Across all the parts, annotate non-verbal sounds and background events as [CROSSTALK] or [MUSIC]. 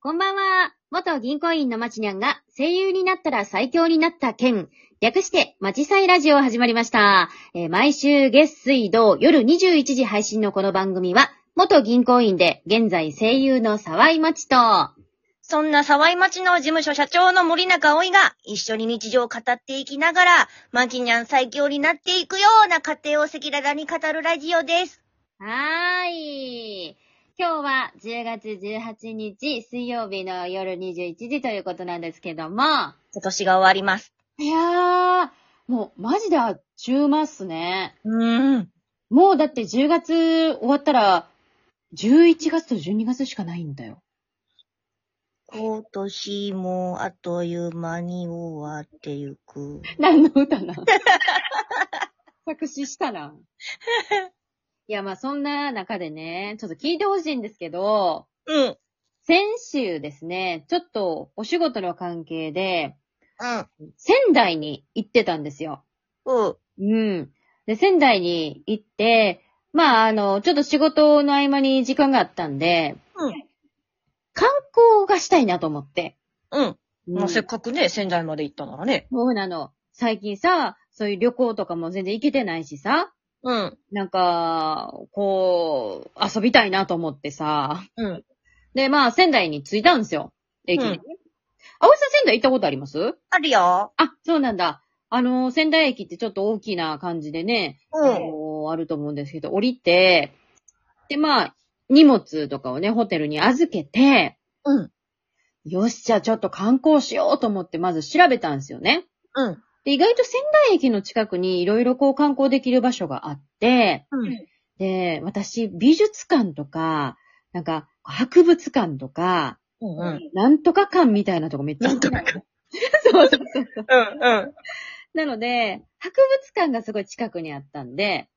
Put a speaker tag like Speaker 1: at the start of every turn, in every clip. Speaker 1: こんばんは。元銀行員のまちにゃんが声優になったら最強になった件。略して、まちさいラジオ始まりました。えー毎週月水道夜21時配信のこの番組は、元銀行員で現在声優の沢井まちと、
Speaker 2: そんな沢井町の事務所社長の森中葵が一緒に日常を語っていきながら、マキニャン最強になっていくような過程を赤裸々に語るラジオです。
Speaker 1: はーい。今日は10月18日水曜日の夜21時ということなんですけども、
Speaker 2: 今年が終わります。
Speaker 1: いやー、もうマジであっちゅうまっすね。
Speaker 2: うーん。
Speaker 1: もうだって10月終わったら、11月と12月しかないんだよ。
Speaker 2: 今年もあっという間に終わってゆく。
Speaker 1: 何の歌な [LAUGHS] 作詞したな。 [LAUGHS] いや、まあそんな中でね、ちょっと聞いてほしいんですけど、
Speaker 2: うん。うん。
Speaker 1: 先週ですね、ちょっとお仕事の関係で、仙台に行ってたんですよ。
Speaker 2: うん。
Speaker 1: うん。で、仙台に行って、まあ、あの、ちょっと仕事の合間に時間があったんで、
Speaker 2: うん
Speaker 1: 観光がしたいなと思って。
Speaker 2: うん。まあ、せっ
Speaker 1: そ
Speaker 2: かくね、仙台まで行ったならね。
Speaker 1: うなの。最近さ、そういう旅行とかも全然行けてないしさ、
Speaker 2: うん。
Speaker 1: なんか、こう、遊びたいなと思ってさ。
Speaker 2: うん。
Speaker 1: で、まあ、仙台に着いたんですよ。駅に。
Speaker 2: うん
Speaker 1: あ、葵さん仙台行ったことあります
Speaker 2: あるよ。
Speaker 1: あ、そうなんだ。あの、仙台駅ってちょっと大きな感じでね、
Speaker 2: う
Speaker 1: あ
Speaker 2: ん。
Speaker 1: のあると思うんですけど、降りて、で、まあ、荷物とかをね、ホテルに預けて、
Speaker 2: うん。
Speaker 1: よし、じゃあちょっと観光しようと思って、まず調べたんですよね。
Speaker 2: うん。
Speaker 1: で、意外と仙台駅の近くにいろいろこう観光できる場所があって、
Speaker 2: うん。
Speaker 1: で、私、美術館とか、なんか、博物館とか、
Speaker 2: うん。
Speaker 1: なんとか館みたいなとこめっちゃ好きなの。 [LAUGHS] そうそうそう。
Speaker 2: うん。
Speaker 1: なので、博物館がすごい近くにあったんで、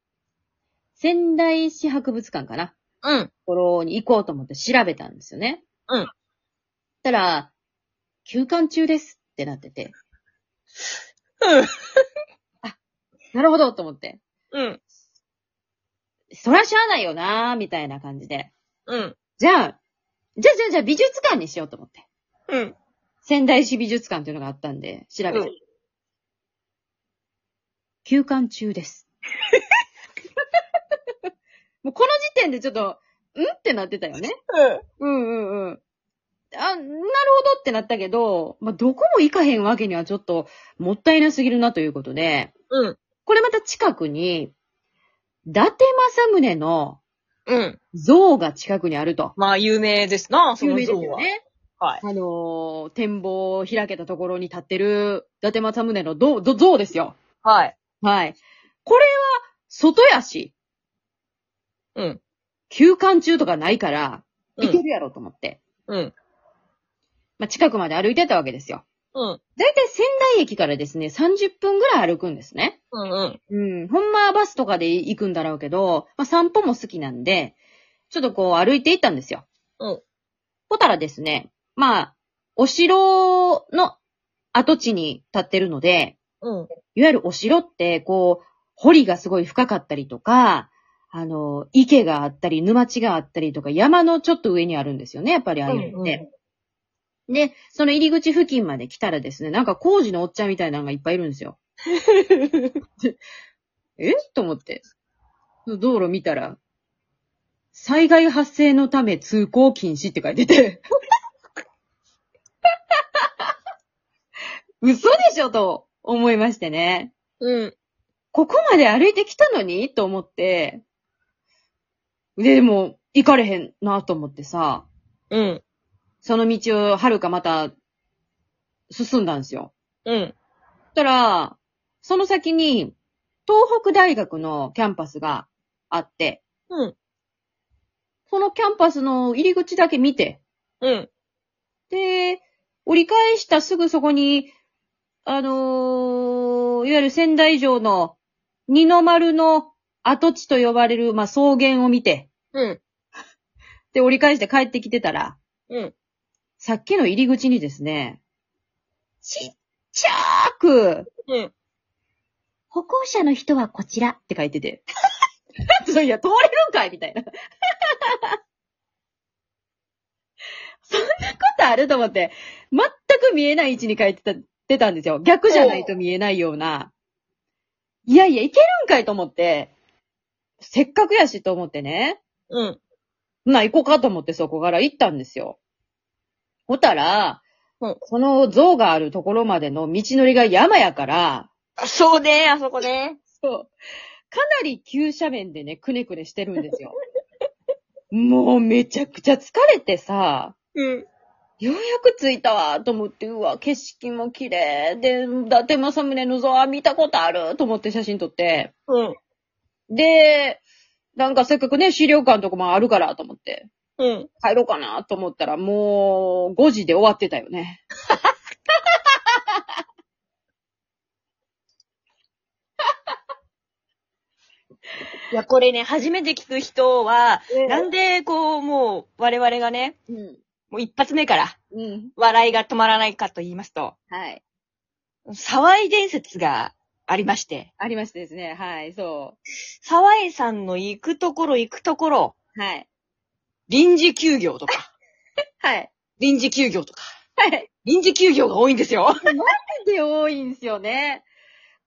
Speaker 1: 仙台市博物館かな
Speaker 2: うん。
Speaker 1: ところに行こうと思って調べたんですよね。
Speaker 2: うん
Speaker 1: そしたら、休館中ですってなってて。
Speaker 2: うん。
Speaker 1: なるほどと思って。
Speaker 2: うん。
Speaker 1: そらしゃあないよなーみたいな感じで。
Speaker 2: うん。
Speaker 1: じゃあ、じゃあじゃあじゃあ美術館にしようと思って。
Speaker 2: うん。
Speaker 1: 仙台市美術館っていうのがあったんで、調べて。
Speaker 2: うん
Speaker 1: 休館中 [LAUGHS] です。もうこの時点でちょっと、んってなってたよね。うんうんうん。あ、なるほどってなったけど、まあ、どこも行かへんわけにはちょっともったいなすぎるなということで、
Speaker 2: うん。
Speaker 1: これまた近くに、伊達政宗の
Speaker 2: うん。
Speaker 1: 像が近くにあると。
Speaker 2: まあ、有名ですな、そ
Speaker 1: 有
Speaker 2: の
Speaker 1: 名で
Speaker 2: 像
Speaker 1: すよ
Speaker 2: は。
Speaker 1: ね。
Speaker 2: はい。
Speaker 1: あのー展望を開けたところに立ってる伊達政宗の像像像ですよ。
Speaker 2: はい。
Speaker 1: はい。これは、外やし、
Speaker 2: うん。
Speaker 1: 休館中とかないから、
Speaker 2: う
Speaker 1: 行け
Speaker 2: ん。
Speaker 1: るやろと思って。
Speaker 2: うん。
Speaker 1: まあ、近くまで歩いてたわけですよ。
Speaker 2: うん。
Speaker 1: だいたい仙台駅からですね、30分ぐらい歩くんですね。
Speaker 2: うん。うん。
Speaker 1: うん。ほんまはバスとかで行くんだろうけど、まあ、散歩も好きなんで、ちょっとこう歩いて行ったんですよ。
Speaker 2: うん。
Speaker 1: ほたらですね、まあ、お城の跡地に立ってるので、
Speaker 2: うん。
Speaker 1: いわゆるお城って、こう、堀がすごい深かったりとか、あの、池があったり、沼地があったりとか、山のちょっと上にあるんですよね、やっぱりああいうのって。で、その入り口付近まで来たらですね、なんか工事のおっちゃんみたいなのがいっぱいいるんですよ。えと思って。道路見たら、災害発生のため通行禁止って書いてて。嘘でしょと思いましてね。
Speaker 2: うん。
Speaker 1: ここまで歩いてきたのにと思って。で、でも、行かれへんなと思ってさ。
Speaker 2: うん。
Speaker 1: その道を、はるかまた、進んだんですよ。
Speaker 2: うん。
Speaker 1: そしたら、その先に、東北大学のキャンパスがあって、
Speaker 2: うん。
Speaker 1: そのキャンパスの入り口だけ見て、
Speaker 2: うん。
Speaker 1: で、折り返したすぐそこに、あのーいわゆる仙台城の二の丸の跡地と呼ばれる、まあ、草原を見て、
Speaker 2: うん。
Speaker 1: で、折り返して帰ってきてたら、
Speaker 2: うん。
Speaker 1: さっきの入り口にですね、ちっちゃーく、
Speaker 2: うん。
Speaker 1: 歩行者の人はこちらって書いてて。そういや、通れる [LAUGHS] んかいみたいな。そんなことことあると思って、全く見えない位置に書いてた、出たんですよ。逆じゃないと見えないような。いやいや、いけるんかいと思って、せっかくやしと思ってね。
Speaker 2: うん。
Speaker 1: まあ行こうかと思ってそこから行ったんですよ。ほたら、
Speaker 2: うん
Speaker 1: その像があるところまでの道のりが山やから、
Speaker 2: そうね、あそこね。
Speaker 1: そう。かなり急斜面でね、くねくねしてるんですよ。 [LAUGHS] もうめちゃくちゃ疲れてさ、
Speaker 2: うん。
Speaker 1: ようやく着いたわと思って、うわ、景色も綺麗で、伊達政宗の像は見たことあると思って写真撮って。
Speaker 2: うん。
Speaker 1: で、なんかせっかくね、資料館とかもあるからと思って、
Speaker 2: うん。
Speaker 1: 帰ろうかなと思ったら、もう5時で終わってたよね。
Speaker 2: いや、これね、初めて聞く人は、なん
Speaker 1: で
Speaker 2: で、こう、もう、我々がね、
Speaker 1: うん。
Speaker 2: もう一発目から、
Speaker 1: うん。
Speaker 2: 笑いが止まらないかと言いますと、
Speaker 1: はい。
Speaker 2: 沢井伝説がありまして、
Speaker 1: ありましてですね。はい、そ
Speaker 2: 沢井さんの行くところ行くところ、
Speaker 1: う。はい。
Speaker 2: 臨時休業とか、
Speaker 1: はい。
Speaker 2: 臨時休業とか、
Speaker 1: はい。
Speaker 2: 臨時休業が多いんですよ。
Speaker 1: で多いんですよね。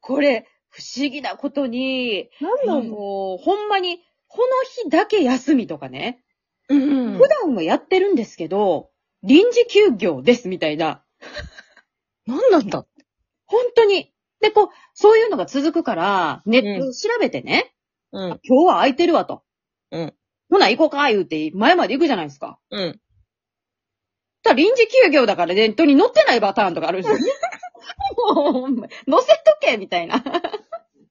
Speaker 1: これ、不思議なことに、
Speaker 2: なん
Speaker 1: もう、ほんまに、この日だけ休みとかね、
Speaker 2: うん
Speaker 1: 普。段はやってるんですけど、臨時休業ですみたいな、
Speaker 2: なんなんだ
Speaker 1: 本当に。で、こう、そういうのが続くから、ネット
Speaker 2: う
Speaker 1: で調べてね、
Speaker 2: うん。
Speaker 1: 今日は空いてるわと。
Speaker 2: うん。
Speaker 1: ほな、行こうか、言うて、前まで行くじゃないですか。
Speaker 2: うん。
Speaker 1: ただ臨時休業だからネットに載ってないパターンとかあるんですよね。もうほんま、載せとけみたいな。ほんまに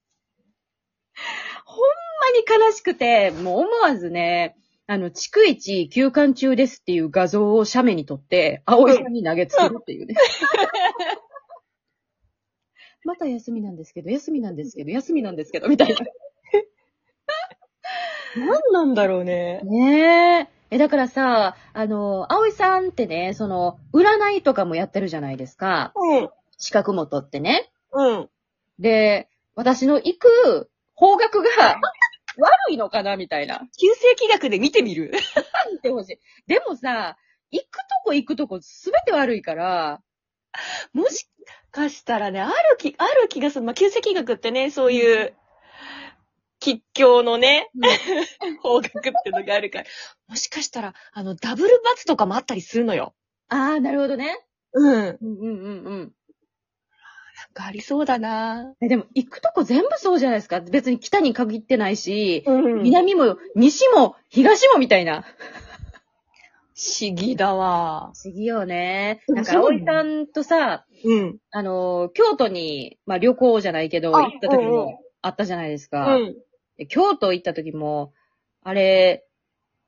Speaker 1: 悲しくて、もう思わずね、あの、地区一休館中ですっていう画像を写メに撮って、青井さんに投げつけるっていうね。 [LAUGHS] また休みなんですけど、休みなんですけど、休みなんですけど、みたいな。
Speaker 2: なんなんだろうね。
Speaker 1: ねえ。え、だからさ、あの、葵さんってね、その、占いとかもやってるじゃないですか。
Speaker 2: うん。
Speaker 1: 資格も取ってね。
Speaker 2: うん。
Speaker 1: で、私の行く方角が悪いのかなみたいな。
Speaker 2: 急性気学で見てみる
Speaker 1: 見てほしい。でもさ、行くとこ行くとこすべて悪いから、
Speaker 2: [LAUGHS] もしかしたらね、ある気、ある気がする。まあ、急性気学ってね、そういう、吉祥のね、 [LAUGHS] 方角ってのがあるから。もしかしたら、あの、ダブル罰とかもあったりするのよ。
Speaker 1: ああ、なるほどね。
Speaker 2: うん。なん
Speaker 1: うんうんうんうん。
Speaker 2: かありそうだな
Speaker 1: えでも、行くとこ全部そうじゃないですか。別に北に限ってないし、
Speaker 2: うみんな、
Speaker 1: 南も西も東もみたいな。
Speaker 2: 不思議だわ。
Speaker 1: 不思議よね。
Speaker 2: うん
Speaker 1: なんか、
Speaker 2: そう
Speaker 1: 葵
Speaker 2: ね
Speaker 1: さんとさ、
Speaker 2: うん。
Speaker 1: あの、京都に、まあ旅行じゃないけど、
Speaker 2: あ
Speaker 1: 行った時
Speaker 2: うんうん
Speaker 1: もあったじゃないです
Speaker 2: う
Speaker 1: か。
Speaker 2: ん。
Speaker 1: で京都行った時も、あれ、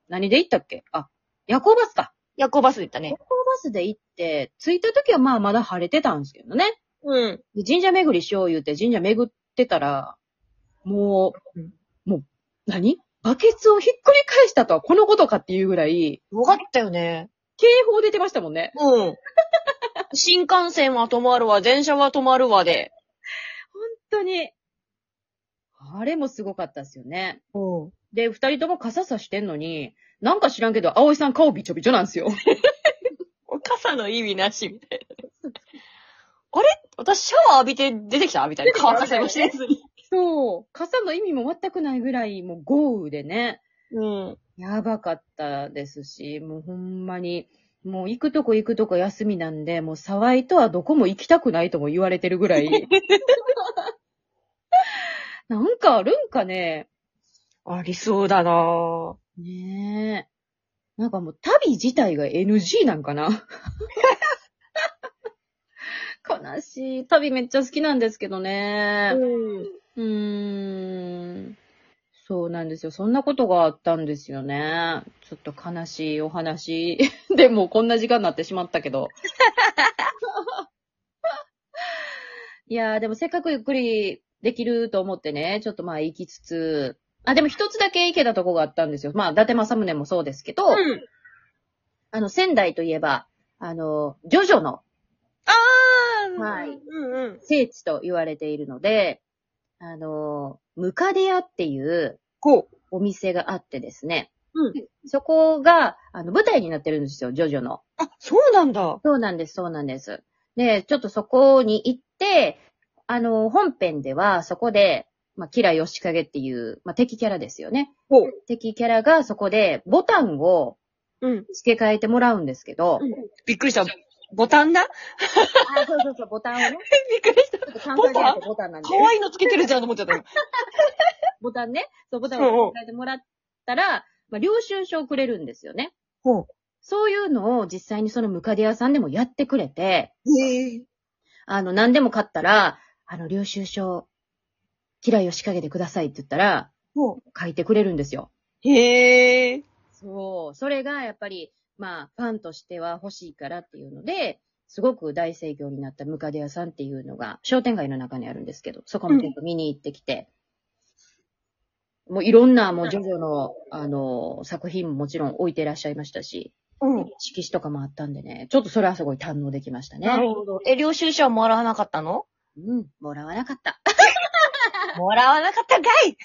Speaker 1: 何で行ったっけあ、夜行バスか。
Speaker 2: 夜行バス行ったね。
Speaker 1: 夜行バスで行って、着いた時はまあまだ晴れてたんですけどね。
Speaker 2: うん。
Speaker 1: で神社巡りしよう言うて神社巡ってたら、も
Speaker 2: う
Speaker 1: う、もう、何バケツをひっくり返したとはこのことかっていうぐらい、
Speaker 2: よかったよね。
Speaker 1: 警報出てましたもんね。
Speaker 2: うん。新幹線は止まるわ、電車は止まるわで。
Speaker 1: 本当に。あれもすごかったですよね。
Speaker 2: うん。
Speaker 1: で、二人とも傘さしてんのに、なんか知らんけど、葵さん顔びちょびちょなんですよ。
Speaker 2: 傘の意味なし、みたいな。あれ私シャワー浴びて出てきたみたいな。乾かせもしてずに。
Speaker 1: そう。傘の意味も全くないぐらい、もう豪雨でね、
Speaker 2: うん。
Speaker 1: やばかったですし、もうほんまに、もう行くとこ行くとこ休みなんで、もう沢井とはどこも行きたくないとも言われてるぐら [LAUGHS] い。なんかあるんかね。
Speaker 2: ありそうだなぁ。
Speaker 1: ねえ。なんかもう旅自体が NG なんかな。 [LAUGHS] 悲しい。旅めっちゃ好きなんですけどね。
Speaker 2: うん。
Speaker 1: うーんそうなんですよ。そんなことがあったんですよね。ちょっと悲しいお話。 [LAUGHS] でもこんな時間になってしまったけど。いやー、でもせっかくゆっくりできると思ってね、ちょっとまあ行きつつ、あ、でも一つだけ行けたとこがあったんですよ。まあ、伊達政宗もそうですけど、
Speaker 2: うん。
Speaker 1: あの、仙台といえば、あの、ジョジョの
Speaker 2: あー
Speaker 1: はい
Speaker 2: うんうん。
Speaker 1: 聖地と言われているので、あの、ムカデアっていう、
Speaker 2: こう。
Speaker 1: お店があってですね。
Speaker 2: うん
Speaker 1: そこが、あの、舞台になってるんですよ、ジョジョの。
Speaker 2: あ、そうなんだ。
Speaker 1: そうなんです、そうなんです。で、ちょっとそこに行って、あの、本編ではそこで、まあ、キラヨシカゲっていう、まあ、敵キャラですよね。
Speaker 2: ほう。
Speaker 1: 敵キャラがそこでボタンを
Speaker 2: うん。
Speaker 1: 付け替えてもらうんですけど、
Speaker 2: びっくりした。ボタンだ
Speaker 1: あ、そうそうそう、ボタンをね、
Speaker 2: びっくりした。
Speaker 1: ちょっと関西じゃなくてボタンなんで
Speaker 2: 可、愛いのつけてるじゃんと思っちゃったよ。
Speaker 1: ボタンね、そう、ボタンを付け替えてもらったら、まあ、領収書をくれるんですよね。
Speaker 2: ほう。
Speaker 1: そういうのを実際にそのムカデ屋さんでもやってくれて、
Speaker 2: へえ。
Speaker 1: あの、何でも買ったら、あの、領収書、キラヨシカゲでくださいって言ったら、
Speaker 2: ほう。
Speaker 1: 書いてくれるんですよ。
Speaker 2: へえ。
Speaker 1: そう。それがやっぱり、まあ、ファンとしては欲しいからっていうので、すごく大盛況になったムカデ屋さんっていうのが、商店街の中にあるんですけど、そこも結構見に行ってきて、もういろんな、もうジョジョの、あの、作品ももちろん置いてらっしゃいましたし、
Speaker 2: うん。
Speaker 1: 色紙とかもあったんでね、ちょっとそれはすごい堪能できました
Speaker 2: なる
Speaker 1: ね。
Speaker 2: ほど。え、領収書はもらわなかったの
Speaker 1: うん、もらわなかった。
Speaker 2: もらわなかったんかい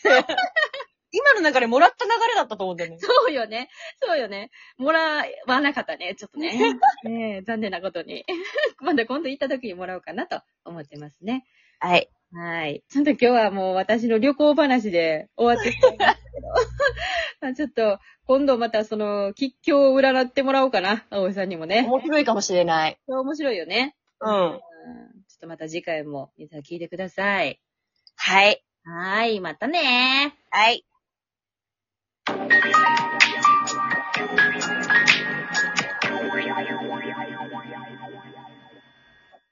Speaker 2: 今の流れもらった流れだったと思うんだよね。
Speaker 1: そうよね。そうよね。もらわなかったね。ちょっとね。ねえ残念なことに。 [LAUGHS] まだ今度行った時にもらおうかなと思ってますね。
Speaker 2: はい。
Speaker 1: はい。ちょっと今日はもう私の旅行話で終わってしまいますけど。 [LAUGHS] まあちょっと、今度またその、吉祥を占ってもらおうかな。葵さんにもね。
Speaker 2: 面白いかもしれない。
Speaker 1: 面白いよね。
Speaker 2: うん。
Speaker 1: うんちょっとまた次回も皆さん聞いてください。
Speaker 2: はい。
Speaker 1: はーい、またねー。
Speaker 2: はい。